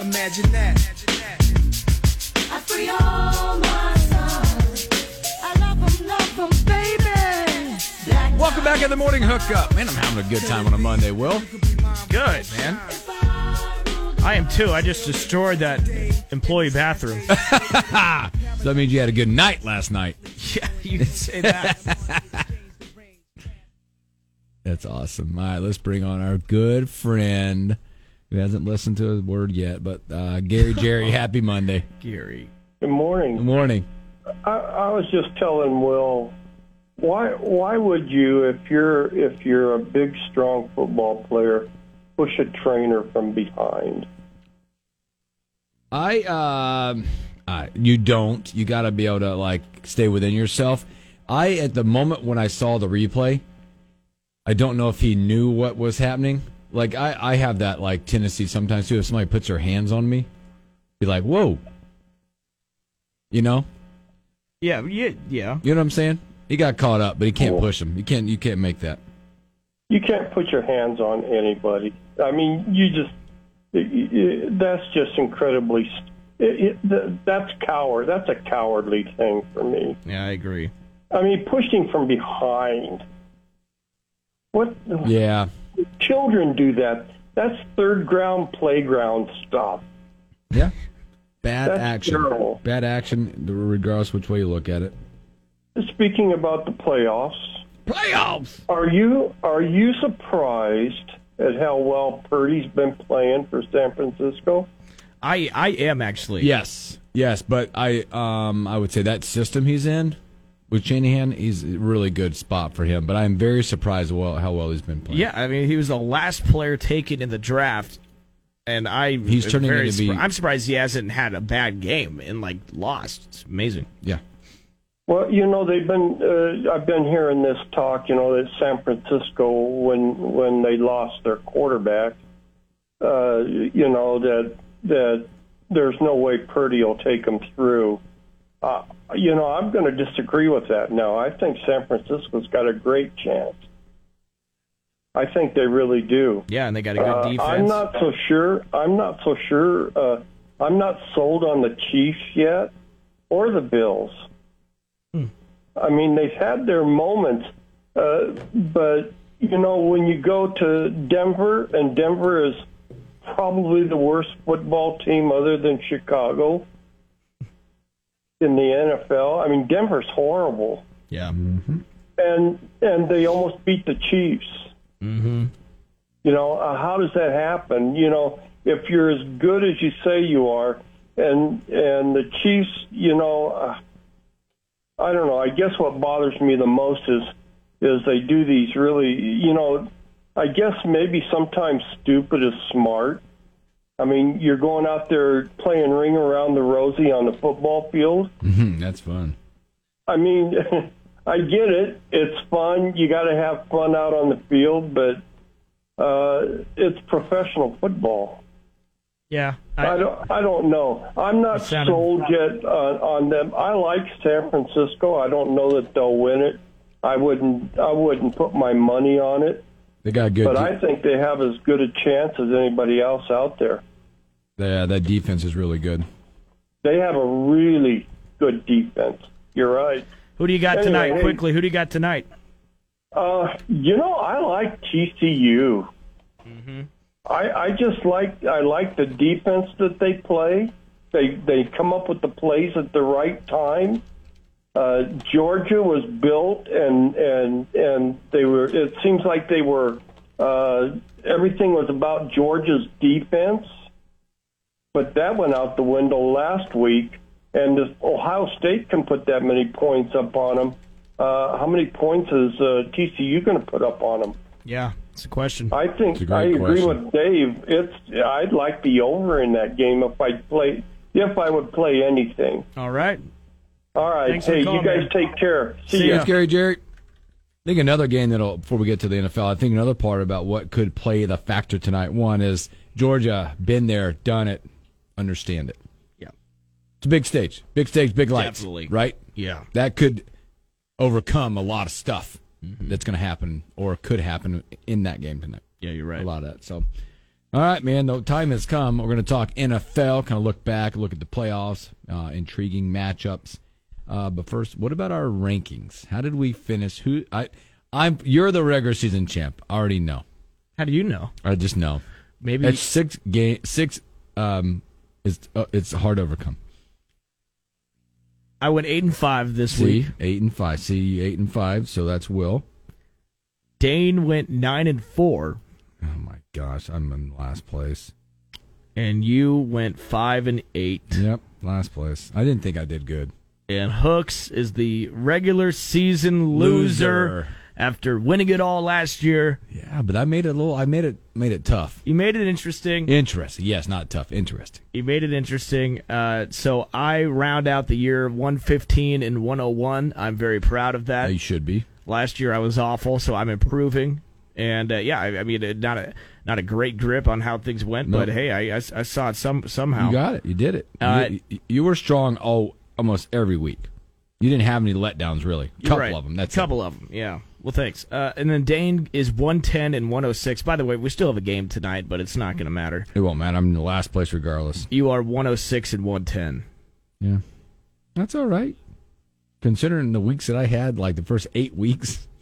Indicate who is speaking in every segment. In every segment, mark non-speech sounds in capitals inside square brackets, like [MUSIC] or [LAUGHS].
Speaker 1: Imagine that.
Speaker 2: I free all my sons. I love 'em, love 'em, baby. Black
Speaker 3: Welcome back in the morning hookup. Man, I'm having a good time on a Monday, Will.
Speaker 4: Good, man. I am too. I just destroyed that employee bathroom.
Speaker 3: So that means you had a good night last night.
Speaker 4: [LAUGHS] yeah, you did say that.
Speaker 3: [LAUGHS] That's awesome. All right, let's bring on our good friend who hasn't listened to a word yet, but uh, Gary
Speaker 4: [LAUGHS]
Speaker 3: Jerry, happy Monday.
Speaker 4: Gary.
Speaker 5: Good morning.
Speaker 3: Good morning.
Speaker 5: I, I was just telling Will, why why would you, if you're if you're a big strong football player, push a trainer from behind?
Speaker 3: I um I you don't. You got to be able to like stay within yourself. I at the moment when I saw the replay, I don't know if he knew what was happening. Like I I have that like tendency sometimes too. If somebody puts their hands on me, be like, whoa. You know,
Speaker 4: Yeah, yeah, yeah.
Speaker 3: you know what I'm saying. He got caught up, but he can't
Speaker 5: Cool.
Speaker 3: push him. You can't you can't make that.
Speaker 5: You can't put your hands on anybody. I mean, you just it- it- that's just incredibly. st- It, it, th- that's coward. That's a cowardly thing for me.
Speaker 4: Yeah, I agree.
Speaker 5: I mean, pushing from behind. What?
Speaker 3: Yeah,
Speaker 5: Children do that. That's third ground playground stuff.
Speaker 3: yeah. Bad
Speaker 5: [LAUGHS] That's
Speaker 3: action.
Speaker 5: terrible.
Speaker 3: Bad action, regardless which way you look at it.
Speaker 5: Speaking about the playoffs,
Speaker 3: Playoffs.
Speaker 5: are you are you surprised at how well Purdy's been playing for San Francisco?
Speaker 4: I I am actually.
Speaker 3: Yes, yes, but I um I would say that system he's in with Shanahan he's a really good spot for him. But I'm very surprised well how well he's been playing.
Speaker 4: Yeah, I mean, he was the last player taken in the draft, and I
Speaker 3: He's
Speaker 4: am
Speaker 3: turning
Speaker 4: very
Speaker 3: into be-
Speaker 4: surpri- I'm surprised he hasn't had a bad game and like lost. It's amazing.
Speaker 3: yeah,
Speaker 5: Well, you know they've been. Uh, I've been hearing this talk. You know that San Francisco, when when they lost their quarterback, uh, you know that that there's no way Purdy will take them through. Uh, you know I'm going to disagree with that. Now I think San Francisco's got a great chance. I think they really do.
Speaker 4: Yeah, and they got a good
Speaker 5: Uh,
Speaker 4: defense.
Speaker 5: I'm not so sure. I'm not so sure. Uh, I'm not sold on the Chiefs yet or the Bills. I mean, they've had their moments, uh, but you know, when you go to Denver, and Denver is probably the worst football team other than Chicago in the NFL. I mean, Denver's horrible,
Speaker 4: yeah,
Speaker 5: and and they almost beat the Chiefs. You know, uh, how does that happen? You know, if you're as good as you say you are, and and the Chiefs, you know, uh, I don't know. I guess what bothers me the most is is they do these really, you know, I guess maybe sometimes stupid is smart. I mean, you're going out there playing ring around the rosy on the football field.
Speaker 3: hmm that's fun.
Speaker 5: I mean, [LAUGHS] I get it. It's fun. You got to have fun out on the field, but uh, it's professional football.
Speaker 4: yeah.
Speaker 5: I, don't. I don't know. I'm not
Speaker 4: It sounded-
Speaker 5: sold yet uh, on them. I like San Francisco. I don't know that they'll win it. I wouldn't. I wouldn't put my money on it.
Speaker 3: They got a good.
Speaker 5: But
Speaker 3: de-
Speaker 5: I think they have as good a chance as anybody else out there.
Speaker 3: yeah, uh, that defense is really good.
Speaker 5: They have a really good defense. You're right.
Speaker 4: Who do you got
Speaker 5: Anyway,
Speaker 4: tonight?
Speaker 5: hey.
Speaker 4: Quickly, who do you got tonight?
Speaker 5: Uh, you know, I like TCU. I I just like I like the defense that they play. They they come up with the plays at the right time. Uh, Georgia was built and and and they were. It seems like they were. Uh, everything was about Georgia's defense, but that went out the window last week. And if Ohio State can put that many points up on them, uh, how many points is uh, TCU going to put up on them?
Speaker 4: Yeah, It's a question.
Speaker 5: I think
Speaker 3: It's a
Speaker 5: I
Speaker 3: great
Speaker 5: agree
Speaker 3: question.
Speaker 5: with Dave. It's I'd like the over in that game if I play if I would play anything.
Speaker 4: All right.
Speaker 5: All right,
Speaker 4: Thanks for
Speaker 5: hey,
Speaker 4: the call,
Speaker 5: you guys
Speaker 4: man.
Speaker 5: take care. See,
Speaker 4: See
Speaker 5: ya.
Speaker 4: ya.
Speaker 3: Thanks, Gary Jarrett. I think another game that'll before we get to the NFL, I think another part about what could play the factor tonight. One is Georgia, been there, done it, understand it.
Speaker 1: Yeah.
Speaker 3: It's a big stage, big stage, big lights,
Speaker 1: Definitely.
Speaker 3: right?
Speaker 1: Yeah.
Speaker 3: That could overcome a lot of stuff that's going to happen or could happen in that game tonight.
Speaker 1: Yeah, you're right.
Speaker 3: A lot of that. So, all right, man. The time has come. We're going to talk NFL, kind of look back, look at the playoffs, uh, intriguing matchups. Uh, but first, what about our rankings? How did we finish? Who I, I'm. You're the regular season champ. I already know.
Speaker 4: How do you know?
Speaker 3: I just know.
Speaker 4: Maybe
Speaker 3: It's six game six. Um, is uh, it's hard to overcome.
Speaker 4: I went eight and five this
Speaker 3: See
Speaker 4: week.
Speaker 3: eight and five. See eight and five. So that's Will.
Speaker 4: Dane went nine and four,
Speaker 3: Oh my gosh, I'm in last place.
Speaker 4: and you went five and eight.
Speaker 3: Yep, [LAUGHS] last place. I didn't think I did good.
Speaker 4: And Hooks is the regular season loser,
Speaker 3: Loser.
Speaker 4: after winning it all last year.
Speaker 3: Yeah, but I made it a little. I made it made it tough.
Speaker 4: You made it interesting.
Speaker 3: Interesting. Yes, not tough. Interesting.
Speaker 4: You made it interesting. Uh, so I round out the year 115 and 101. I'm very proud of that.
Speaker 3: you should be.
Speaker 4: Last year I was awful, so I'm improving. And uh, yeah, I, I mean, uh, not a not a great grip on how things went,
Speaker 3: No.
Speaker 4: but hey, I, I s- I saw it some somehow.
Speaker 3: You got it. You did it.
Speaker 4: Uh,
Speaker 3: you, you- you were strong all almost every week. You didn't have any letdowns really. A
Speaker 4: You're
Speaker 3: couple
Speaker 4: right.
Speaker 3: of them. That's it.
Speaker 4: couple of them. Yeah. Well, thanks. Uh, and then Dane is 110 and 106. By the way, we still have a game tonight, but it's not going to matter.
Speaker 3: It won't matter. I'm in the last place regardless.
Speaker 4: You are 106 and 110.
Speaker 3: Yeah, that's all right. Considering the weeks that I had, like the first eight weeks. [LAUGHS]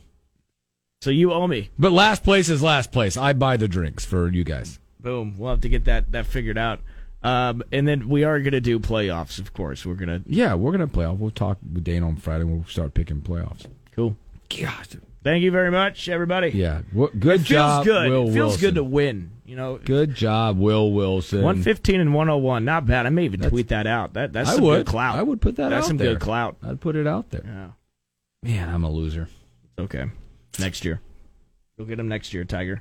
Speaker 4: So you owe me.
Speaker 3: But last place is last place. I buy the drinks for you guys.
Speaker 4: Boom. We'll have to get that that figured out. Um, and then we are going to do playoffs, of course. We're going to
Speaker 3: Yeah, we're gonna playoff. We'll talk with Dane on Friday. We'll start picking playoffs.
Speaker 4: cool.
Speaker 3: Gosh.
Speaker 4: Thank you very much, everybody.
Speaker 3: Yeah. What, good
Speaker 4: It feels
Speaker 3: job,
Speaker 4: good.
Speaker 3: Will
Speaker 4: it feels
Speaker 3: Wilson.
Speaker 4: good to win. You know,
Speaker 3: Good job, Will Wilson.
Speaker 4: 115 and 101. Not bad. I may even tweet that out. That that's
Speaker 3: I
Speaker 4: some
Speaker 3: would.
Speaker 4: good clout.
Speaker 3: I would put that
Speaker 4: That's
Speaker 3: out
Speaker 4: some
Speaker 3: there.
Speaker 4: good clout.
Speaker 3: I'd put it out there.
Speaker 4: Yeah.
Speaker 3: Man, I'm a loser.
Speaker 4: Okay. Next year. You'll get him next year, Tiger.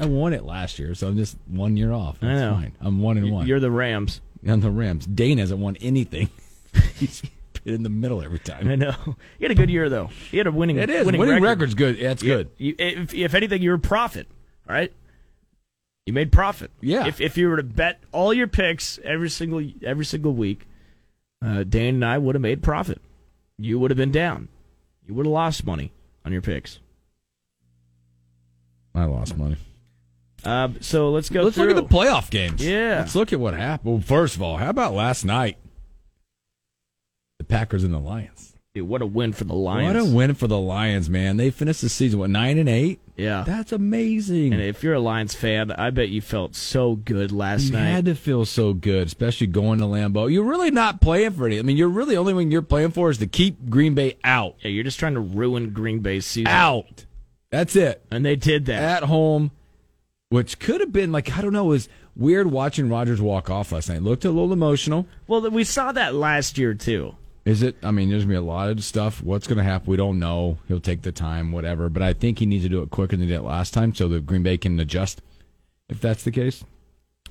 Speaker 3: I won it last year, so I'm just one year off.
Speaker 4: I
Speaker 3: That's
Speaker 4: know.
Speaker 3: fine. I'm one and one.
Speaker 4: You're the Rams. [LAUGHS]
Speaker 3: on the Rams. Dane hasn't won anything. [LAUGHS] He's in the middle every
Speaker 4: I
Speaker 3: time.
Speaker 4: know. You had a good year though. You had a winning.
Speaker 3: It is winning, record's good. Yeah, it's good.
Speaker 4: You, if, if anything, you were profit. All right. You made profit.
Speaker 3: Yeah.
Speaker 4: If if you were to bet all your picks every single every single week, uh, Dane and I would have made profit. You would have been down. You would have lost money on your picks.
Speaker 3: I lost money.
Speaker 4: Uh, so let's go.
Speaker 3: Let's look at
Speaker 4: through.
Speaker 3: the playoff games.
Speaker 4: Yeah.
Speaker 3: Let's look at what happened. Well, first of all, how about last night? The Packers and the Lions.
Speaker 4: Dude, what a win for the Lions.
Speaker 3: What a win for the Lions, man. They finished the season what nine and eight?
Speaker 4: Yeah.
Speaker 3: That's amazing.
Speaker 4: Uh, And if you're a Lions fan, I bet you felt so good last
Speaker 3: you
Speaker 4: night.
Speaker 3: had to feel so good, especially going to Lambeau. You're really not playing for it. I mean, you're really only when you're playing for is to keep Green Bay out,
Speaker 4: yeah, you're just trying to ruin Green Bay's season.
Speaker 3: out. That's it.
Speaker 4: And they did
Speaker 3: At
Speaker 4: that.
Speaker 3: home, which could have been like I don't know, it was weird watching Rogers walk off last night. Looked a little emotional.
Speaker 4: Well, th- we saw that last year too.
Speaker 3: Is it? I mean, there's gonna be a lot of stuff. What's gonna happen? We don't know. He'll take the time, whatever. But I think he needs to do it quicker than he did last time, so that Green Bay can adjust, if that's the case.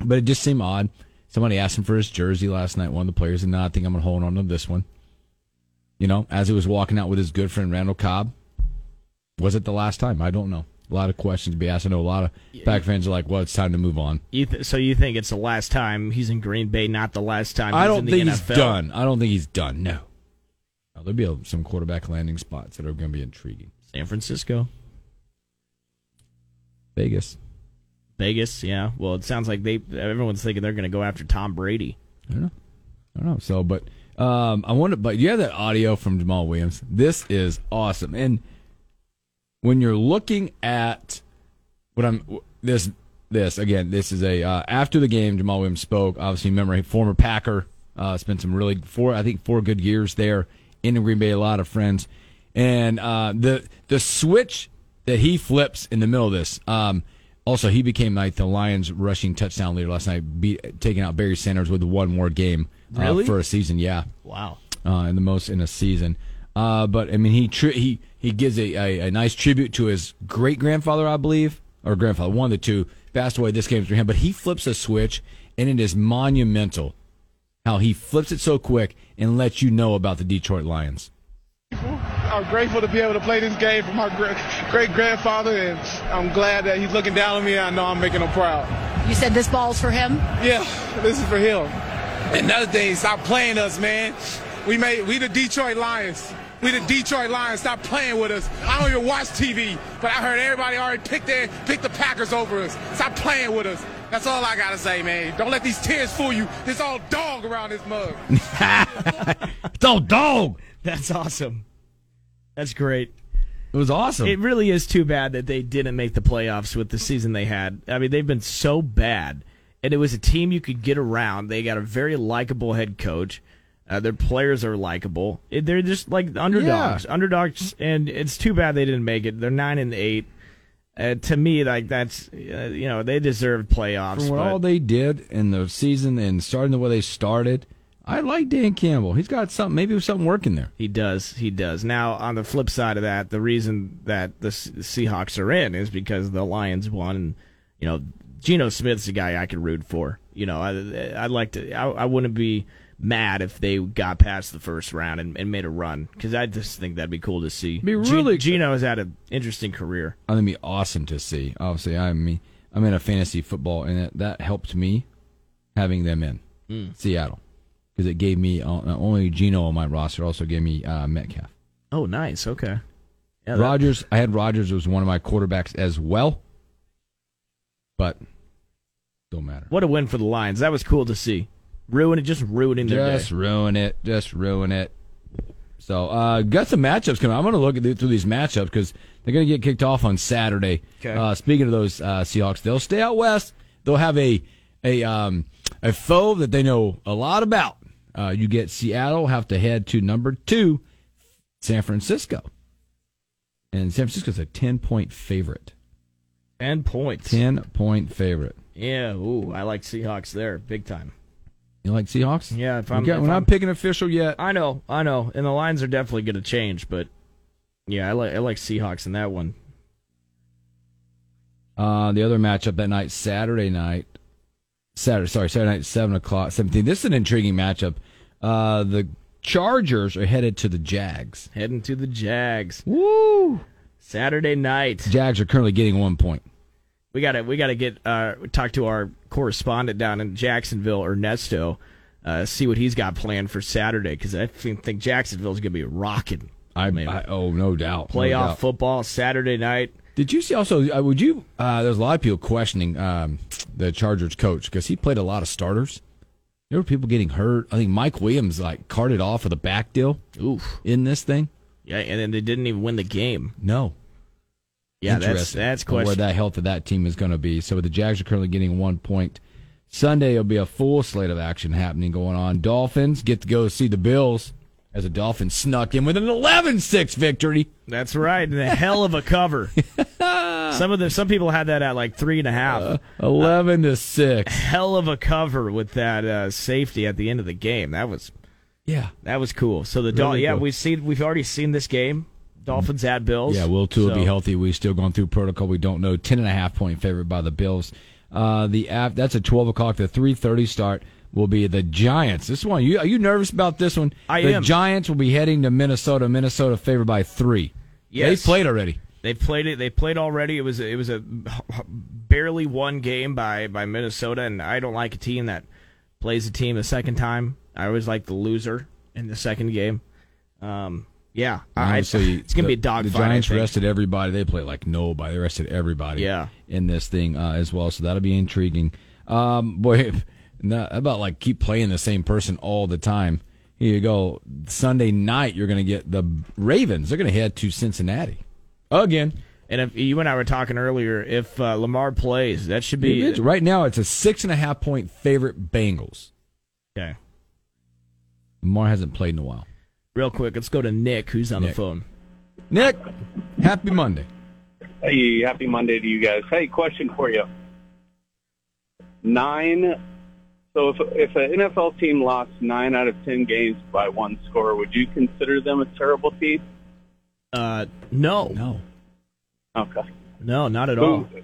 Speaker 3: But it just seemed odd. Somebody asked him for his jersey last night. One of the players, and no, I think I'm gonna hold on to this one. You know, as he was walking out with his good friend Randall Cobb, was it the last time? I don't know. A lot of questions to be asked. I know a lot of back fans are like, "Well, it's time to move on."
Speaker 4: You th- so you think it's the last time he's in Green Bay? Not the last time. He's
Speaker 3: I don't
Speaker 4: in the
Speaker 3: think
Speaker 4: NFL.
Speaker 3: he's done. I don't think he's done. No. Now, there'll be a- some quarterback landing spots that are going to be intriguing.
Speaker 4: San Francisco,
Speaker 3: Vegas.
Speaker 4: Vegas. Yeah. Well, it sounds like they. Everyone's thinking they're going to go after Tom Brady.
Speaker 3: I don't know. I don't know. So, but um, I want to. But you have that audio from Jamal Williams. This is awesome. And when you're looking at what I'm this this again, this is a uh, after the game. Jamal Williams spoke. Obviously, remember a former Packer. Uh, spent some really four, I think four good years there in Green Bay. A lot of friends, and uh, the the switch that he flips in the middle of this. Um, also, he became like the Lions' rushing touchdown leader last night, beat, taking out Barry Sanders with one more game uh,
Speaker 4: Really?
Speaker 3: for a season. Yeah,
Speaker 4: Wow.
Speaker 3: uh, and the most in a season. Uh, but I mean, he tri- he he gives a, a, a nice tribute to his great grandfather, I believe, or grandfather, one of the two passed away. This game's for him, but he flips a switch, and it is monumental how he flips it so quick and lets you know about the Detroit Lions.
Speaker 1: I'm grateful to be able to play this game for my great grandfather, and I'm glad that he's looking down on me. I know I'm making him proud.
Speaker 6: You said this ball's for him?
Speaker 1: Yeah, this is for him. Another thing, stop playing us, man. We made we the Detroit Lions. We the Detroit Lions. Stop playing with us. I don't even watch TV, but I heard everybody already picked their picked the Packers over us. Stop playing with us. That's all I gotta say, man. Don't let these tears fool you. There's all dog around this mug.
Speaker 3: Oh, dog!
Speaker 4: That's awesome. That's great.
Speaker 3: It was awesome.
Speaker 4: It really is too bad that they didn't make the playoffs with the season they had. I mean, they've been so bad, and it was a team you could get around. They got a very likable head coach. Uh, their players are likable. It- They're just like underdogs, underdogs, and it's too bad they didn't make it. They're nine and eight. Uh, to me, like that's uh, you know they deserve playoffs.
Speaker 3: From what
Speaker 4: but
Speaker 3: all they did in the season and starting the way they started, I like Dan Campbell. He's got something, maybe something working there.
Speaker 4: He does. He does. Now, on the flip side of that, the reason that the Se- Seahawks are in is because the Lions won, and you know, Geno Smith's a guy I could root for. You know, I, I'd like to. I, I wouldn't be mad if they got past the first round and, and made a run because I just think that'd be cool to see.
Speaker 3: Be really-
Speaker 4: Geno has had an interesting career.
Speaker 3: I think it'd be awesome to see. Obviously, I mean, I'm in a fantasy football, and that, that helped me having them in
Speaker 4: Hmm.
Speaker 3: Seattle because it gave me uh, not only Geno on my roster, also gave me uh, Metcalf.
Speaker 4: Oh, nice. Okay. Yeah, that-
Speaker 3: Rogers, I had Rogers was one of my quarterbacks as well, but don't matter.
Speaker 4: What a win for the Lions. That was cool to see. Ruin it, just ruining their
Speaker 3: Just
Speaker 4: day.
Speaker 3: ruin it. Just ruin it. So, uh, got some matchups coming. I'm going to look at the, through these matchups because they're going to get kicked off on Saturday.
Speaker 4: Okay.
Speaker 3: Uh, speaking of those uh, Seahawks, they'll stay out west. They'll have a a um, a foe that they know a lot about. Uh, you get Seattle have to head to number two, San Francisco, and San Francisco's a ten point favorite.
Speaker 4: Ten points.
Speaker 3: Ten point favorite.
Speaker 4: Yeah. Ooh, I like Seahawks there, big time.
Speaker 3: You like Seahawks?
Speaker 4: Yeah, if
Speaker 3: You
Speaker 4: I'm-
Speaker 3: got-
Speaker 4: if
Speaker 3: we're
Speaker 4: I'm-
Speaker 3: not picking official yet.
Speaker 4: I know, I know, and the lines are definitely going to change, but yeah, I like I like Seahawks in that one.
Speaker 3: Uh, the other matchup that night, Saturday night, Saturday, sorry, Saturday night, seven o'clock, seventeen. This is an intriguing matchup. Uh, the Chargers are headed to the Jags.
Speaker 4: Heading to the Jags
Speaker 3: Woo!
Speaker 4: Saturday night.
Speaker 3: Jags are currently getting one point.
Speaker 4: We got to we got to get uh, talk to our correspondent down in Jacksonville, Ernesto, uh, see what he's got planned for Saturday because I think, think Jacksonville's going to be rocking.
Speaker 3: I, I oh no doubt no
Speaker 4: Playoff
Speaker 3: doubt.
Speaker 4: football Saturday night.
Speaker 3: Did you see also? Uh, would you? Uh, there's a lot of people questioning um, the Chargers coach because he played a lot of starters. There were people getting hurt. I think Mike Williams like carted off with a back deal
Speaker 4: Oof.
Speaker 3: in this thing.
Speaker 4: Yeah, and then they didn't even win the game.
Speaker 3: No,
Speaker 4: Yeah, that's
Speaker 3: Interesting
Speaker 4: that's
Speaker 3: on where
Speaker 4: question.
Speaker 3: that health of that team is going to be. So the Jags are currently getting one point. Sunday will be a full slate of action happening going on. Dolphins get to go see the Bills as the Dolphins snuck in with an 11-6 victory.
Speaker 4: That's right. And a hell of a
Speaker 3: [LAUGHS]
Speaker 4: cover. some of the some people had that at like three and a half.
Speaker 3: Uh, Eleven to six.
Speaker 4: hell of a cover with that uh, safety at the end of the game. That was
Speaker 3: Yeah,
Speaker 4: that was cool. So the Dol-
Speaker 3: Really
Speaker 4: yeah,
Speaker 3: cool.
Speaker 4: we've seen we've already seen this game. Dolphins at Bills.
Speaker 3: yeah. Will Tua
Speaker 4: So-
Speaker 3: be healthy? We still going through protocol. We don't know. Ten and a half point favorite by the Bills. Uh, the app that's at twelve o'clock. The three thirty start will be the Giants. This one, you are you nervous about this one?
Speaker 4: I
Speaker 3: the
Speaker 4: am.
Speaker 3: Giants will be heading to Minnesota. Minnesota favored by three.
Speaker 4: Yes.
Speaker 3: They played already.
Speaker 4: They played it. They played already. It was it was a barely won game by by Minnesota, and I don't like a team that plays a team a second time. I always like the loser in the second game. Um, yeah, I,
Speaker 3: Obviously,
Speaker 4: it's gonna be a
Speaker 3: the-
Speaker 4: dog
Speaker 3: The
Speaker 4: fight. I
Speaker 3: Giants
Speaker 4: think.
Speaker 3: rested everybody. They played like nobody. They rested everybody.
Speaker 4: Yeah.
Speaker 3: in this thing uh, as well. So that'll be intriguing. Um, [LAUGHS] boy, if- not about like keep playing the same person all the time. Here you go. Sunday night, you're going to get the Ravens. They're going to head to Cincinnati again.
Speaker 4: And if you and I were talking earlier, if uh, Lamar plays, that should be
Speaker 3: Right now, it's a six and a half point favorite Bengals.
Speaker 4: okay.
Speaker 3: Lamar hasn't played in a while.
Speaker 4: Real quick, let's go to Nick, who's on the
Speaker 3: Nick.
Speaker 4: phone.
Speaker 3: Nick, happy Monday.
Speaker 7: Hey, happy Monday to you guys. Hey, question for you. Nine, so So if if an NFL team lost nine out of ten games by one score, would you consider them a terrible team?
Speaker 4: Uh, no, no,
Speaker 7: Okay.
Speaker 4: no, not at all.
Speaker 7: Who,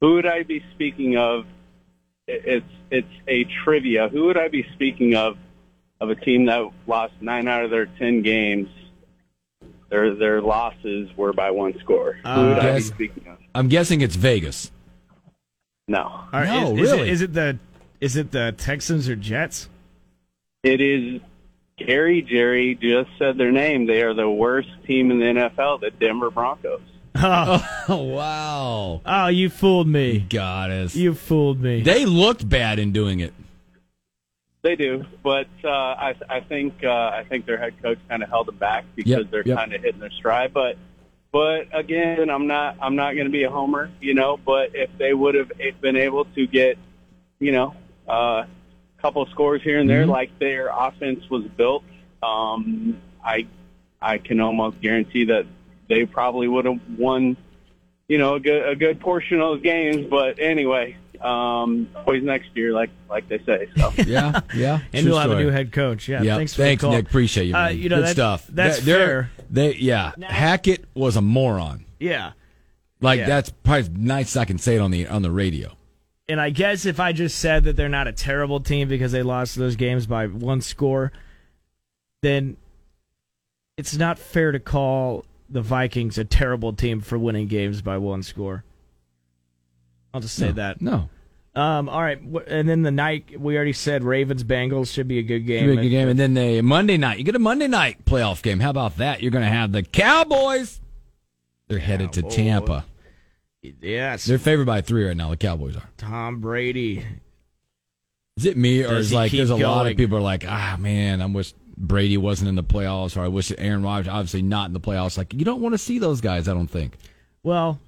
Speaker 7: who would I be speaking of? I- It's it's a trivia. Who would I be speaking of? Of a team that lost nine out of their ten games, their their losses were by one score. who would I be
Speaker 3: Guess-
Speaker 7: speaking of?
Speaker 3: I'm guessing it's Vegas.
Speaker 7: No,
Speaker 4: All right,
Speaker 3: No,
Speaker 4: is, is it-
Speaker 3: really.
Speaker 4: is it the is it the Texans or Jets?
Speaker 7: it is. Gary Jerry just said their name. They are the worst team in the NFL, the Denver Broncos.
Speaker 3: Oh wow,
Speaker 4: Oh, you fooled me.
Speaker 3: goddess!
Speaker 4: You fooled
Speaker 3: [LAUGHS]
Speaker 4: me.
Speaker 3: They looked bad in doing it.
Speaker 7: They do, but uh, I, I think uh, I think their head coach kind of held them back because
Speaker 3: Yep,
Speaker 7: they're
Speaker 3: yep.
Speaker 7: kind of hitting their stride. But but again, I'm not I'm not going to be a homer, you know. But if they would have been able to get, you know, a couple scores here and there,
Speaker 3: Mm-hmm.
Speaker 7: like their offense was built, um, I I can almost guarantee that they probably would have won you know, a good a good portion of those games. But anyway, um, always next year, like like they say. So
Speaker 3: [LAUGHS] Yeah, yeah. true
Speaker 4: and you'll have a
Speaker 3: story.
Speaker 4: new head coach. Yeah,
Speaker 3: Yeah,
Speaker 4: thanks
Speaker 3: thanks,
Speaker 4: for the call.
Speaker 3: Nick. Appreciate you.
Speaker 4: Uh,
Speaker 3: man.
Speaker 4: you know,
Speaker 3: Good
Speaker 4: that-
Speaker 3: stuff.
Speaker 4: that's
Speaker 3: They- they're-
Speaker 4: fair.
Speaker 3: They yeah. Hackett was a moron.
Speaker 4: Yeah,
Speaker 3: Like
Speaker 4: Yeah.
Speaker 3: that's probably nice. I can say it on the on the radio.
Speaker 4: and I guess if I just said that they're not a terrible team because they lost those games by one score, then it's not fair to call the Vikings a terrible team for winning games by one score. I'll just say
Speaker 3: no,
Speaker 4: that.
Speaker 3: no.
Speaker 4: Um, all right, wh- and then the night we already said Ravens Bengals should be a good game.
Speaker 3: It'll be a good game, and then they Monday night. You get a Monday night playoff game. How about that? You're going to have the Cowboys. They're headed to
Speaker 4: Cowboys.
Speaker 3: Tampa.
Speaker 4: Yes,
Speaker 3: They're favored by three right now. The Cowboys are.
Speaker 4: Tom Brady.
Speaker 3: Is it me or
Speaker 4: Does
Speaker 3: is
Speaker 4: he
Speaker 3: like
Speaker 4: keep
Speaker 3: there's a lot
Speaker 4: going?
Speaker 3: of people are like, ah man, I wish Brady wasn't in the playoffs, or I wish Aaron Rodgers obviously not in the playoffs. Like you don't want to see those guys. I don't think.
Speaker 4: Well,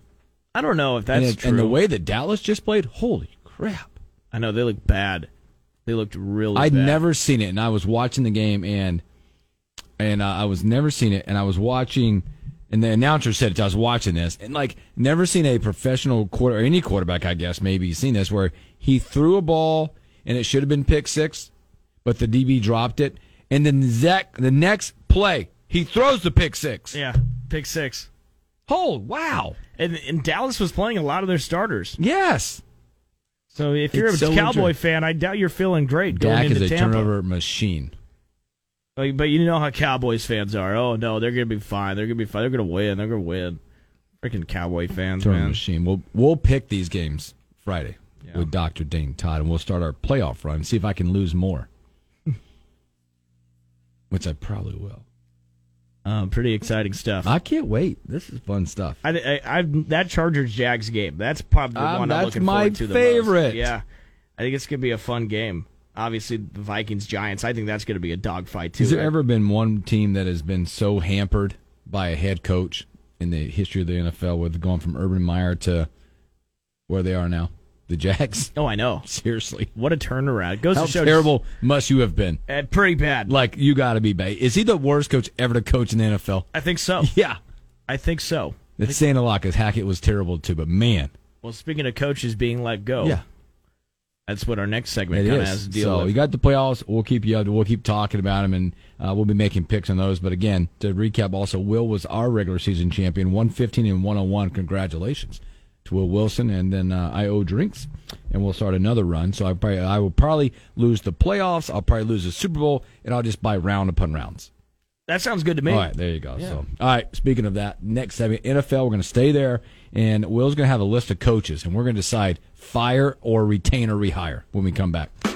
Speaker 4: I don't know if that's
Speaker 3: and, it-
Speaker 4: true.
Speaker 3: and the way that Dallas just played, holy crap!
Speaker 4: I know they look bad. They looked really.
Speaker 3: I'd
Speaker 4: bad.
Speaker 3: never seen it, and I was watching the game, and and uh, I was never seen it, and I was watching, and the announcer said, I was watching this, and like never seen a professional quarter or any quarterback, I guess maybe you've seen this, where he threw a ball and it should have been pick six, but the DB dropped it, and then Zach the next play he throws the pick six.
Speaker 4: Yeah, pick six.
Speaker 3: Hold, wow,
Speaker 4: And, and Dallas was playing a lot of their starters.
Speaker 3: yes.
Speaker 4: So if you're
Speaker 3: It's
Speaker 4: a
Speaker 3: so
Speaker 4: Cowboy
Speaker 3: inter-
Speaker 4: fan, I doubt you're feeling great going
Speaker 3: Dak is
Speaker 4: into
Speaker 3: a
Speaker 4: Tampa.
Speaker 3: turnover machine.
Speaker 4: Like, but you know how Cowboys fans are. Oh no, they're gonna be fine. They're gonna be fine. They're gonna win. They're gonna win. Freaking Cowboy fans,
Speaker 3: Turnover
Speaker 4: man.
Speaker 3: machine. We'll we'll pick these games Friday with Doctor Dane Todd, and we'll start our playoff run. See if I can lose
Speaker 4: [LAUGHS]
Speaker 3: more, which I probably will.
Speaker 4: Um, pretty exciting stuff.
Speaker 3: I can't wait. This is fun stuff.
Speaker 4: I, I, I that Chargers Jags game. That's probably the
Speaker 3: Um,
Speaker 4: one I'm
Speaker 3: that's
Speaker 4: looking
Speaker 3: my
Speaker 4: forward to the most.
Speaker 3: favorite.
Speaker 4: Yeah, I think it's gonna be a fun game. Obviously, the Vikings Giants. I think that's gonna be a dogfight too.
Speaker 3: Has there
Speaker 4: right?
Speaker 3: ever been one team that has been so hampered by a head coach in the history of the NFL with going from Urban Meyer to where they are now, the
Speaker 4: [LAUGHS]
Speaker 3: Jags? [LAUGHS]
Speaker 4: oh, I know.
Speaker 3: Seriously,
Speaker 4: What a turnaround! Goes
Speaker 3: how
Speaker 4: to show
Speaker 3: terrible must you have been?
Speaker 4: Uh, pretty bad.
Speaker 3: Like you got to be. Ba- is he the worst coach ever to coach in the NFL?
Speaker 4: I think so.
Speaker 3: [LAUGHS] Yeah.
Speaker 4: I think so.
Speaker 3: It's saying a lot because Hackett was terrible too, but man,
Speaker 4: Well, speaking of coaches being let go, that's what our next segment
Speaker 3: it
Speaker 4: kind of has
Speaker 3: is.
Speaker 4: to deal
Speaker 3: So
Speaker 4: with.
Speaker 3: you got the playoffs. We'll keep you. up. We'll keep talking about them, and uh, we'll be making picks on those. But again, to recap, also Will was our regular season champion, one fifteen and one hundred one. Congratulations to Will Wilson, and then uh, I owe drinks, and we'll start another run. So I probably I will probably lose the playoffs. I'll probably lose the Super Bowl, and I'll just buy round upon rounds.
Speaker 4: that sounds good to me.
Speaker 3: All right, there you go. So, all right. Speaking of that, next segment, NFL. We're going to stay there, and Will's going to have a list of coaches, and we're going to decide fire or retain or rehire when we come back.